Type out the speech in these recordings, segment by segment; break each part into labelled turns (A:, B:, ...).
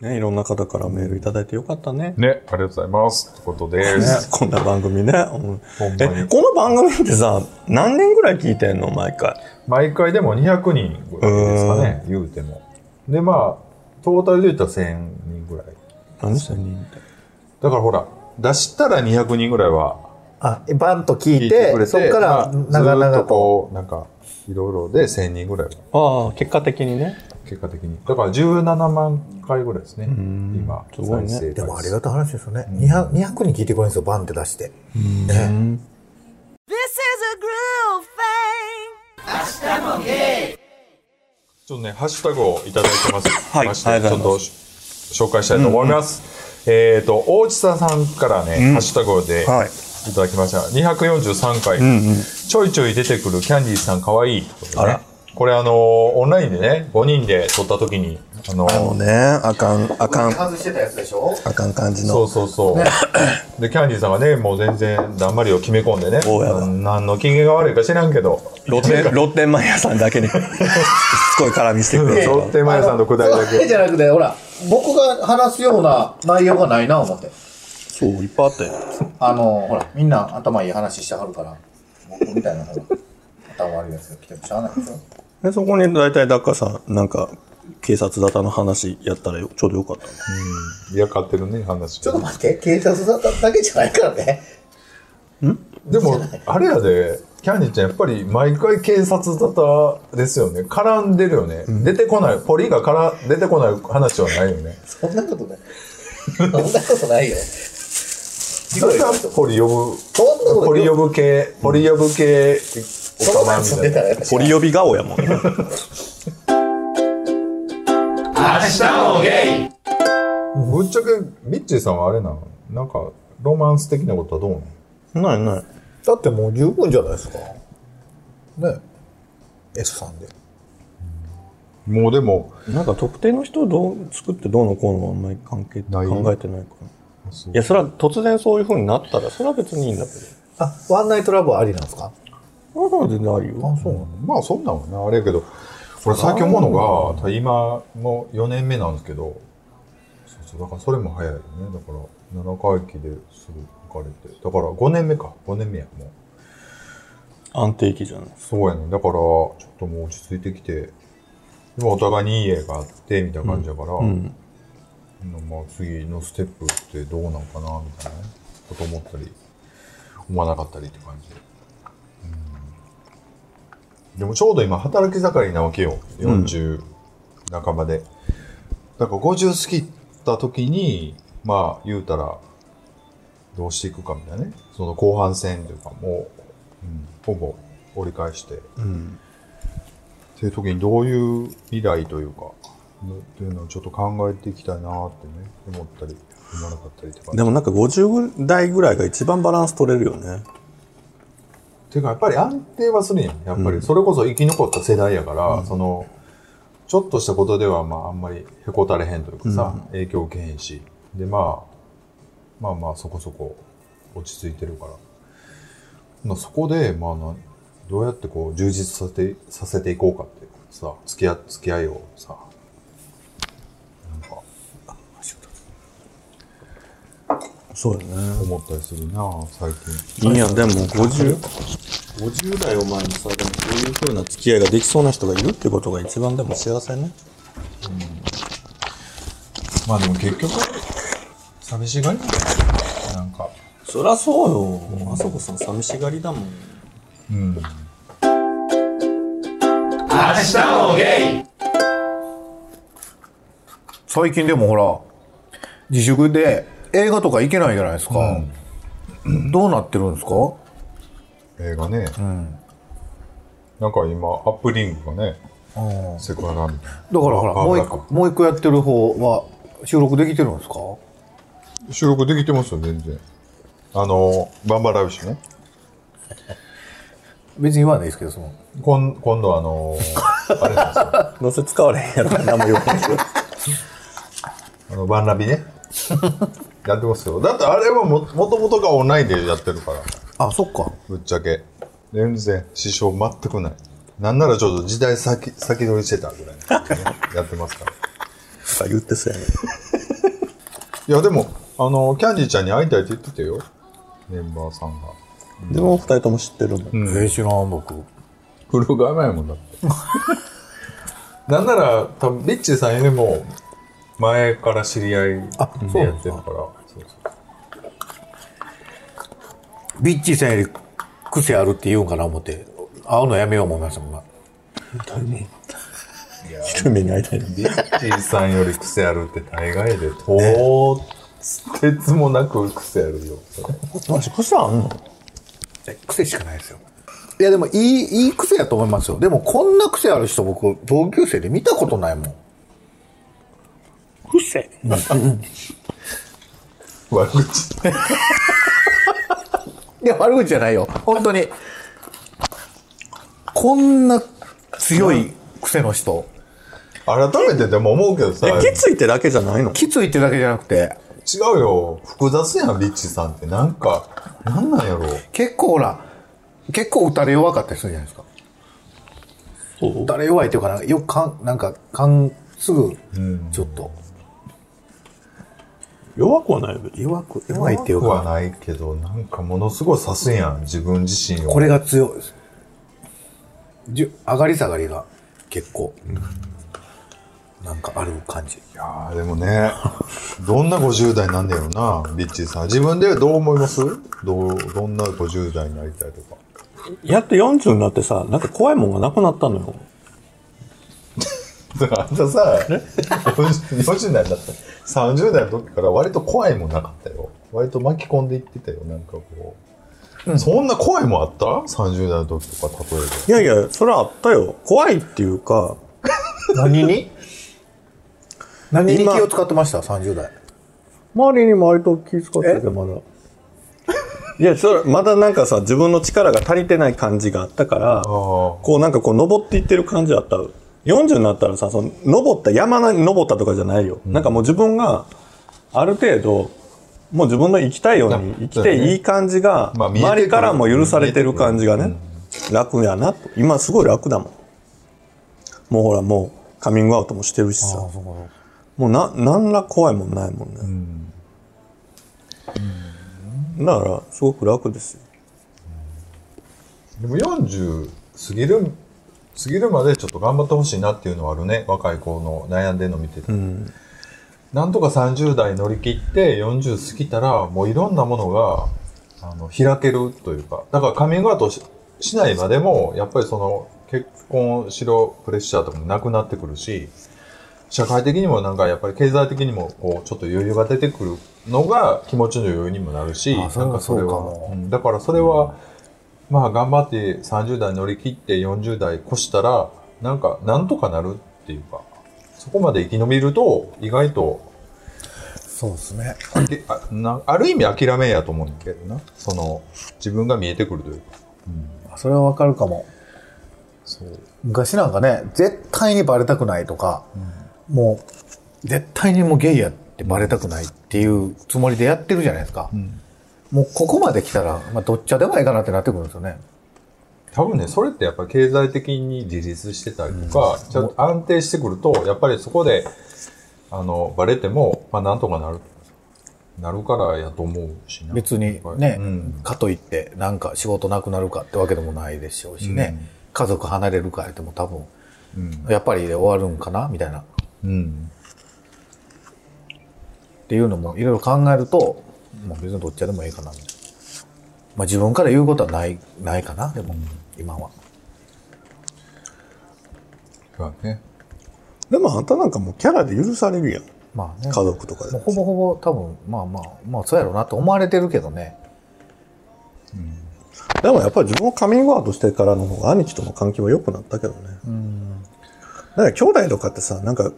A: ね、いろんな方からメールいただいてよかったね。
B: ね、ありがとうございます。ということで
A: ね
B: す。
A: こんな番組ね。うん
B: ほんま
A: え、
B: に。
A: この番組ってさ、何年ぐらい聞いてんの毎回。
B: 毎回でも200人ぐらいですかね、言うても。で、まあ、トータルで言ったら1000人ぐらい。
A: 何してんのって。
B: だからほら、出したら200人ぐらいは
C: あ、バンと聞
B: 聞
C: い
B: いて
C: て、
B: くれて、
C: そこから
B: まあ
C: 長
B: ずっ
C: 々
B: と
C: と。
B: こう、なんか、いろいろで1000人ぐらいは、
A: ああ、結果的にね。
B: 結果的に。だから17万回ぐらいですね、
A: ん
B: 今、
A: すごいね
B: 再生回数
C: でもありがたい話ですよね。200, 200人聞いてくれるんですよ、バンって出して。ね。
D: This is a groove thing.
B: ちょっとね、ハッシュタグをいただいてます。
A: い
B: まして
A: ありが
B: ち
A: とう
B: ょっ
A: ございま
B: とし紹介したいと思います。えっ、と、大内田さんからね、ハッシュタグで、
A: はい
B: いただきました。243回、ちょいちょい出てくるキャンディーズさんかわいいってことでね
A: あら
B: これあのーオンラインでね、5人で撮った時に、あのー
A: もうね、あかん、あかん、
C: 外してたやつでしょ
A: あかん感じ
B: そ
A: の。
B: うそうそう。で、キャンディーさんがね、もう全然、だんまりを決め込んでね、
A: おうやだ
B: なん何の機嫌が悪いか知らんけど、
A: ロッテ、 ロッテマイヤーさんだけに、しつ こい絡みしてくれ
B: ロッテマヤさんのくだりだけ。
C: じゃなくて、ほら、僕が話すような内容がないな、思って。
A: そう、いっぱいあったよ。
C: あの、ほら、みんな頭いい話してはるから、僕みたいな、ほら、頭悪いやつが来てもしゃあないでしょ。
A: でそこに大体、ダッカさん、なんか、警察沙汰の話やったらよちょうどよかったね。
B: 嫌かってるね、話。
C: ちょっと待って、警察だっただけじゃないからね。
B: でも、あれやで、キャンディーちゃんやっぱり毎回警察沙汰ですよね。絡んでるよね。出てこない、ポリがから出てこない話はないよね。
C: そんなことない。そんなことないよ。
B: だからポリ呼
C: そんな
B: ぶ、
C: こと
B: ポ
C: ない
B: リ呼
C: よ。
B: ぶ系、ポリ呼ぶ系、
C: その前に住んでたらやっぱ
A: ポリ呼び顔やもんね。
B: ぶっちゃけ、ミッチーさんはあれなのなんか、ロマンス的なことはどうな の
A: ないない。
C: だってもう十分じゃないですか。ね。S さんで。
B: もうでも、
A: なんか特定の人をどう作ってどうのこうのはあんまり関係
B: ない
A: 考えてないかな。
B: そう
A: いや、それは突然そういう風になったら、それは別にいいんだけ
C: あ、ワンナイトラブはありなんですか
A: ど。ああ、全然あるよ。
C: そうなの
B: まあそんなもんね、あれやけど、俺最近思うのが、今もう4年目なんですけど、そうそう、だからそれも早いよね。だから、7回忌ですぐ別れて。だから5年目か、5年目や、もう。
A: 安定期じゃない。
B: そうやね。だから、ちょっともう落ち着いてきて、今お互いにいい絵があって、みたいな感じだから、
A: うん。
B: まあ次のステップってどうなんかな、みたいなこと思ったり、思わなかったりって感じ。うん、でもちょうど今、働き盛りなわけよ。40半ばで。だから50過ぎた時に、まあ言うたら、どうしていくかみたいなね。その後半戦というか、もう、うん、ほぼ折り返して。っていう時にどういう未来というか、っていうのをちょっと考えていきたいなーってね、思ったり、思わなかったりとか。
A: でもなんか50代ぐらいが一番バランス取れるよね。
B: ていうか、やっぱり安定はするんやん。やっぱり、それこそ生き残った世代やから、その、ちょっとしたことでは、まあ、あんまりへこたれへんというかさ、影響受けへんし。で、まあ、まあまあ、そこそこ落ち着いてるから。まあ、そこで、まあな、どうやってこう、充実させて、させていこうかっていうさ、付き合、付き合いをさ、なんか、
A: そうだね。
B: 思ったりするなあ最近。
A: いや、でも50、50代を前にさ、でもそういう風な付き合いができそうな人がいるってことが一番でも幸せね。
B: まあでも結局、寂しがりなんだよねなんか。
A: そりゃそうよ。あそこさん寂しがりだもん。
B: うん。
C: 最近でもほら、自粛で映画とか行けないじゃないですか。どうなってるんですか
B: 映画ね。なんか今、アップリングがね、セクハラみたいな。
C: だからほら、
B: あ
C: もう一
B: なん
C: 個
B: か、
C: もう一個やってる方は収録できてるんですか
B: 収録できてますよ、全然。あの、バンバラビッシュね。
C: 別に言わないですけど、その。
B: 今今度あの、 あれなんですよ。
A: どうせ使われへんやろから何も言わないけど。
B: あの、バンラビね。やってますよ。だってあれはも、もともとがオンラインでやってるから。
C: あ、そっか。
B: ぶっちゃけ。全然、支障全くない。なんならちょっと時代先、先取りしてたぐらい、ね、やってますから。
A: とか言ってそうやね。
B: いや、でも、あの、キャンディーちゃんに会いたいって言ってたよ。メンバーさんが。
A: でも、二人とも知ってるもん。
C: ええ知らん僕
B: 古川前もんだって。 なんなら、多分ビッチさんよりも、前から知り合いでやってるから。そうそう
C: ビッチーさんより癖あるって言うんかな思って会うのやめよう思いましたもんな
A: 昼目に会いたいの
B: ビッチさんより癖あるって大概で、とてつもなく癖あるよ。
A: マジ、癖あんの
C: え癖しかないですよいやでもいいいい癖やと思いますよでもこんな癖ある人僕同級生で見たことないもん
A: 癖
B: 悪口。
C: いや、悪口じゃないよ。本当に。こんな強い癖の人。
B: 改めてでも思うけどさ、
A: え、きついってだけじゃないの
C: きついってだけじゃなくて、
B: 違うよ。複雑やん、ビッチさんって。なんか、なんなんやろう。
C: 結構ほら、結構打たれ弱かったりするじゃないですか。打たれ弱いというか、なんかよくかん、なんか、かん、すぐ、ちょっと、
A: 弱くはないよ、別に。
C: 弱く、弱いっていう
B: 怖くは
C: か、
B: ないけど、なんかものすごい刺すやん、自分自身を。
C: これが強いです。じゅ上がり下がりが結構、なんかある感じ。
B: いやーでもね、 どんな50代なんだよな、ビッチーさん。自分でどう思いますどう、どんな50代になりたいとか。
A: やって40になってさ、なんか怖いもんがなくなったのよ。
B: だからあんたさ、40代だった。30代の時から割と怖いもんなかったよ。割と巻き込んでいってたよ、なんかこう。そんな怖いもんあった ?30 代の時とか、例えば。
A: いやいや、それはあったよ。怖いっていうか、
C: 何に何に気
A: 今
C: を使ってました ?30 代。
A: 周りにも割と気遣ってて、まだ。 いや、それ、まだなんかさ、自分の力が足りてない感じがあったから、
B: あ
A: こうなんかこう登っていってる感じあった。40になったらさ、その登った、山に登ったとかじゃないよ。なんかもう自分が、ある程度、もう自分の生きたいように生きていい感じが、
B: まあ見えてくる
A: 周りからも許されてる感じがね、楽やなと。今すごい楽だもん。もうほらもうカミングアウトもしてるしさ。もうな、なんら怖いもんないもんね。だから、すごく楽ですよ。
B: あ。でも40過ぎる、過ぎるまでちょっと頑張ってほしいなっていうのはあるね。若い子の悩んでるの見てて。なんとか30代乗り切って40過ぎたらもういろんなものがあの開けるというかだからカミングアウトししないまでもやっぱりその結婚しろプレッシャーとかもなくなってくるし社会的にもなんかやっぱり経済的にもこうちょっと余裕が出てくるのが気持ちの余裕にもなるし
C: あそれは
B: なんかそれ
C: そうか
B: は
C: も
B: うんだからそれは、まあ頑張って30代乗り切って40代越したらなんかなんとかなるっていうかそこまで生き延びると意外と
C: そうですね。
B: であなある意味諦めやと思うんだけどなその自分が見えてくるというか
C: それはわかるかも。昔なんかね、絶対にバレたくないとか、もう、絶対にもうゲイやってバレたくないっていうつもりでやってるじゃないですか。もうここまで来たら、まあ、どっちでもいいかなってなってくるんですよね。
B: 多分ねそれってやっぱり経済的に自立してたりとか、ちょっと安定してくるとやっぱりそこであのバレてもまあなんとかなるなるからやと思うしな
C: 別に
B: はい
C: ね、
B: うん
C: かといってなんか仕事なくなるかってわけでもないでしょうしね、家族離れるかやっても多分、やっぱりで終わるんかなみたいな。
B: うん
C: っていうのもいろいろ考えると、まあ、別にどっちでもいいかなみたいな、まあ、自分から言うことはないないかなでも、今は
B: そうだね
A: でもあんたなんかもうキャラで許されるやん。
C: まあね
A: 家族とかで
C: もうほぼほぼ多分まあまあまあそうやろうなと思われてるけどね
A: でもやっぱり自分をカミングアウトしてからの方が兄貴との関係は良くなったけどね。だから兄弟とかってさ、なんか、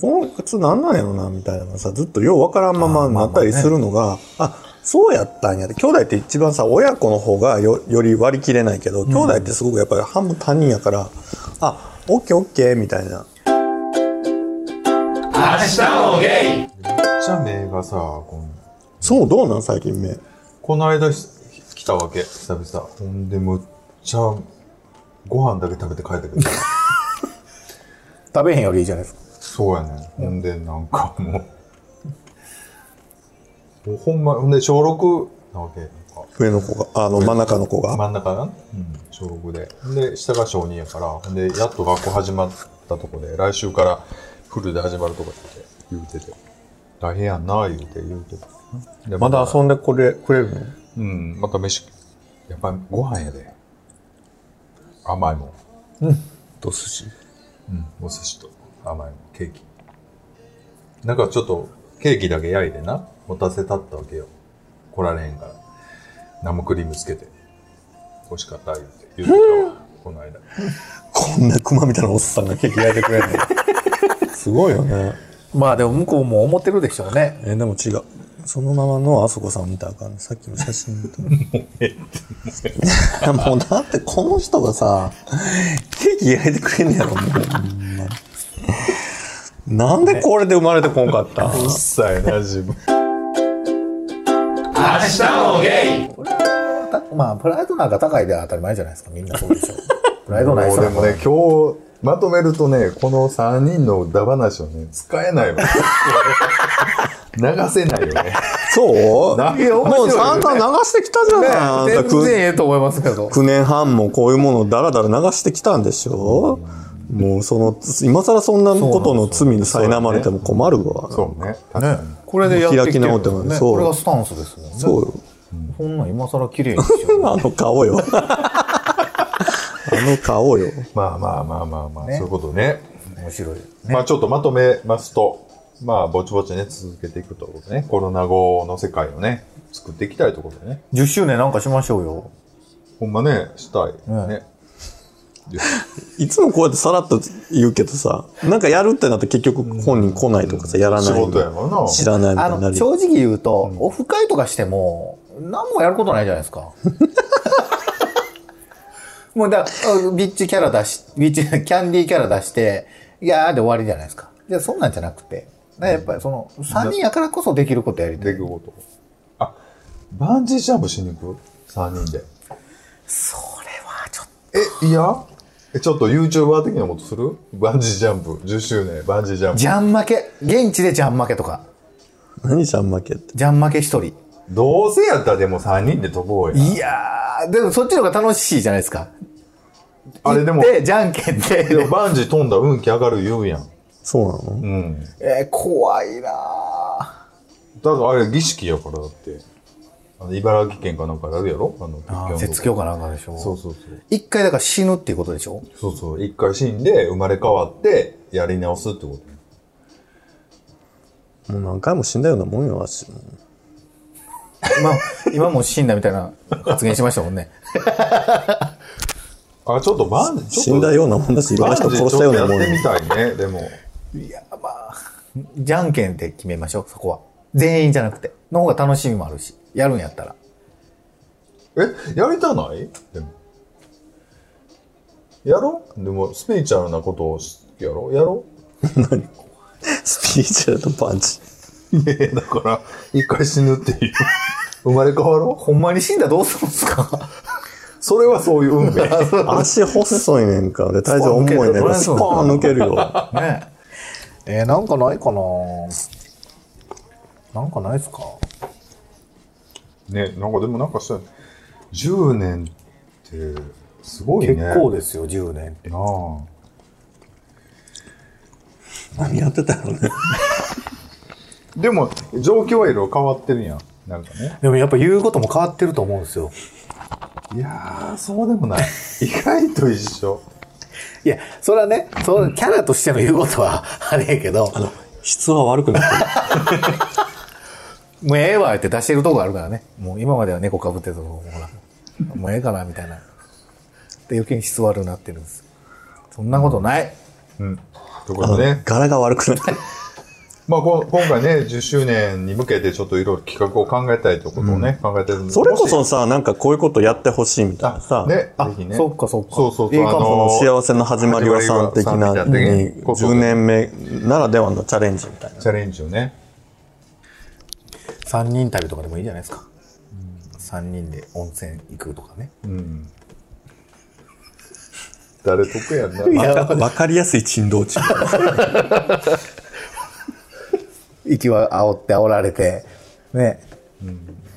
A: この靴なんなんやろな、みたいなのがさ、ずっとようわからんまま
C: あーまあ
A: な
C: まあ
A: ったりするのが、あ,、そうやったんやで。兄弟って一番さ、親子の方がよより割り切れないけど、兄弟ってすごくやっぱり半分他人やから、あ、オッケーオッケーみたいな。
B: じゃあ目がさこの
A: そう、どうなん最近目。
B: この間し来たわけ久々ほんでむっちゃご飯だけ食べて帰ってくる
C: 食べへんよりいいじゃないですか
B: そうやねほんでなんかもうもうほんま、ほんで小6なわけなんか。
A: 上の子が、あの、真ん中の子が。
B: 真ん中な、うん、小6で。ほんで、下が小2やから、ほんで、やっと学校始まったとこで、来週からフルで始まるとこやって言うてて。大変やんな、言うて言うて。で
A: まだ遊んでくれ、くれるの
B: うん、また飯、やっぱりご飯やで。甘いもん。
A: と寿司。
B: お寿司と甘いもん、ケーキ。なんかちょっと、ケーキだけ焼いてな、持たせたったわけよ。来られへんから。生クリームつけて。美味しかった、言うて。言うてたわ、この間。
A: こんな熊みたいなおっさんがケーキ焼いてくれるの。 すごいよね。
C: まあでも向こうも思ってるでしょうね。
A: えーでも違う。そのままのあそこさん見たらあかんね。さっきの写真 見たらもうだってこの人がさ、ケーキ焼いてくれんねやろ、もう。ほんまになんでこれで生まれてこんかった
B: うっさいな、自分。
C: たまあプライドなんか高いで当たり前じゃないですか。みんなそうでしょ う。プライドない
B: もう
C: 人
B: で
C: なんか
B: もね、今日、まとめるとね、この3人のダバなしをね、使えない わ。流せないよね。
A: そう
B: なんか面
A: も
B: 白いよ
A: う
B: ね
A: 散々流してきたじゃない。あなた
C: 全然
A: く
C: ええと思いますけど。
A: 9年半もこういうものをダラダラ流してきたんでしょもうその、今更そんなことの罪に苛まれても困るわ。
B: そうね。
C: ね、これでやってきて
A: 開き
C: るん
A: 直っ
C: で
A: て
C: す
A: も
C: よ
A: ね
C: ね。
A: そう
C: これがスタンスですもんね。
A: そうよ。
C: そんなん今更綺麗にしよう。
A: あの顔 よ。あの顔よ。
B: まあまあまあまあまあ、
C: ね
B: そういうことね。
C: 面白い。 ね、
B: まあちょっとまとめますと、まあぼちぼちね、続けていくということでね、コロナ後の世界をね、作っていきたいということでね、
C: 10周年なんかしましょうよ。
B: ほんまね、したい
C: うん
B: ね。で
A: いつもこうやってさらっと言うけどさ、なんかやるってなって結局本人来ないとかさ、やらない。
B: 仕事やからな。
A: 知らないみた
C: あ
A: いにな
C: の、
A: るよ。
C: 正直言うと、オフ会とかしても、何もやることないじゃないで すか。もうだ、あビッチキャラ出し、ビッチ、キャンディーキャラ出して、いやーで終わりじゃないですか。いや、そんなんじゃなくて。ねやっぱりその、3人やからこそできることやりた
B: で
C: い
B: き。ること。あ、バンジージャンプしに行く ?3 人で。
C: それはちょっ
B: え、いやえちょっと YouTuber 的なことするバンジージャンプ、10周年、バンジージャン
C: と。
B: プ。
C: ジャン負け。現地でジャン負けとか。
A: 何じゃん負けって。
C: ジャン負け一人。
B: どうせやったらでも3人で飛ぼうや。
C: いやー、でもそっちの方が楽しいじゃないですか。
B: あれでも、
C: で、じゃんけん
B: でも
C: で。
B: バンジー飛んだら運気上がる言うやん。
A: そうなの
B: うん。
C: えー怖いなー。
B: だからあれ儀式やからだって。あの、茨城県かなんかであるやろあの、
C: あー
B: 仏
C: 絶
B: 教
C: 叫
B: の
C: かなんかでしょ。
B: そうそうそう。
C: 一回だから死ぬっていうことでしょ
B: そうそう。一回死んで、生まれ変わって、やり直すってこと。
A: もう何回も死んだようなもんよ、わし。
C: まあ、今もう死んだみたいな発言しましたもんね。
B: あ、ちょっとバンジー、
A: 死んだようなもんだし、いろん
B: バ
A: な
B: ンジ
A: 人
B: ーち
A: 殺
B: ょ
A: し
B: っ
A: たような
B: と
A: もん
B: やってみ
A: よ。
B: たいね、でも。
C: いや、まあ、じゃんけんで決めましょう、そこは。全員じゃなくて。の方が楽しみもあるし、やるんやったら。
B: え、やりたないでも。やろでも、スピーチュアルなことをしやろやろ
A: スピーチュアルとパンチ。
B: いや、 だから、一回死ぬっていう。生まれ変わろう
C: ほんまに死んだらどうするんすか
B: それはそういう運命。
A: 足細いねんか。で、体重重いねんか。ス
C: ス
A: ポ
C: ポ
A: ーン抜けるよ。
C: ねえ。えーなんかないかななんかないっすか
B: ね、なんかでもなんかしたい10年って、すごいね。
C: 結構ですよ、10年って。
B: なあ。
A: 何やってたのね。
B: でも、状況はいろいろ変わってるやん。なんかね。
C: でもやっぱ言うことも変わってると思うんですよ。
B: いやー、そうでもない。意外と一緒。
C: いや、それはね、そのキャラとしての言うことはあれやけど、
A: 質は悪くなってる。
C: もうええわって出してるとこあるからね。もう今までは猫かぶってたとこもほら、もうええかなみたいな。で余計に質悪くなってるんですよ。そんなことない。
B: うん。ということでね。
A: 柄が悪くなってる。
B: まあ、こ今回ね、10周年に向けてちょっといろいろ企画を考えたいということをね、考えてるんで
A: それこそ
B: もし
A: さ、なんかこういうことやってほしいみたいなさ
B: あ、、ね、
C: あ
B: ぜひね。
C: そっかそっか
B: そうそう
C: い
B: そ。
C: いうかも
A: その幸せの始まりはさん的な、
B: 始まりはさんみたいなね
A: に10年目ならではのチャレンジみたいな。
B: チャレンジをね。
C: 三人旅とかでもいいじゃないですか。三人で温泉行くとかね。
B: うん。誰得やんな。
C: や
A: わかわかりやすい珍道中。
C: 息は煽って煽られて、ね、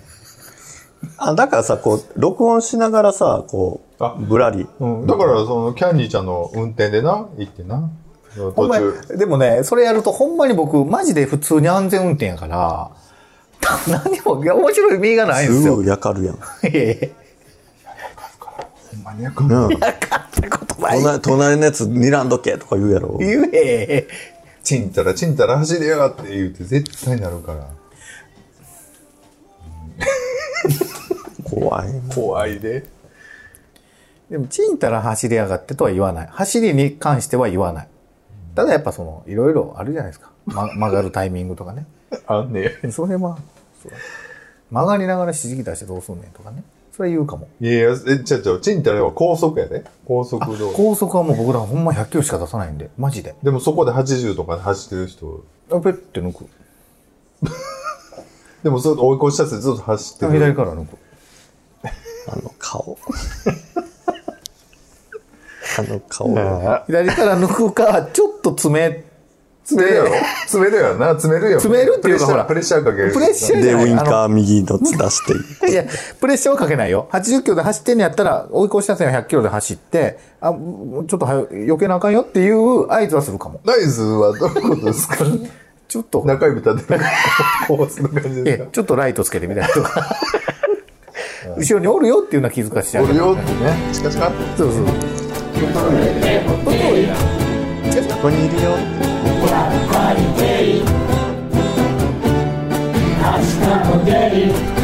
A: あだからさこう録音しながらさこ
B: あ
A: うぶらり
B: うん、だから、その、キャンディーちゃんの運転でな、行ってな。途
C: ほんまに
B: 中。、
C: でもね、それやるとほんまに僕、マジで普通に安全運転やから、 何も、いや面白い身がないんです
A: す
C: よ。
A: ぐやかるやん
C: いやいや
B: マニアック。
A: なあ
C: 言葉
A: 隣隣のやつ睨んどけとか言うやろ
C: 言え。
B: チンタラチンタラ走りやがって言うて絶対なるから。
A: 怖い
B: 怖いで。
C: でも、ちんたら走りやがってとは言わない。走りに関しては言わない。ただやっぱその、いろいろあるじゃないですか。ま、 曲がるタイミングとかね。
B: あんねや。
C: それは、そう曲がりながら指示器出してどうすんねんとかね。それは言うかも。
B: いやいや、え、ちゃうちゃう、チンタラは高速やで。高速道路。
C: 高速はもう僕らほんま100キロしか出さないんで、マジで。
B: でもそこで80とかで走ってる人、
C: あペッて抜く。
B: でもずっと追い越し車線ずっと走って
C: 左
B: る。
C: から抜く。
A: あの 顔あの顔
C: 左から抜くか、 ちょっと詰め、
B: 詰めるやろ詰めるやろな、詰めるやろ。
C: 詰めるっていうか
B: プレッシャー
C: ほら
B: プレッシャーかける。
C: プレッシャーじ
A: で
C: ゃな
A: ウ
C: い
A: イン
C: あ
A: カー右のつ出して
C: のいや、プレッシャーはかけないよ。80キロで走ってんのやったら、追い越し車線は100キロで走って、あ、もうちょっとはよ、避けなあかんよっていう合図はするかも。
B: ナイスはどういうことですか
C: ちょっと、
B: 中指立てる。 こうする感じです
C: え
B: か
C: ちょっとライトつけてみたり とか。後ろにおるよっていうのは気づかしちゃう
B: お。るよってね、チカチカって。
C: そうそう。
A: ここにいるよ
E: 「明日も出る」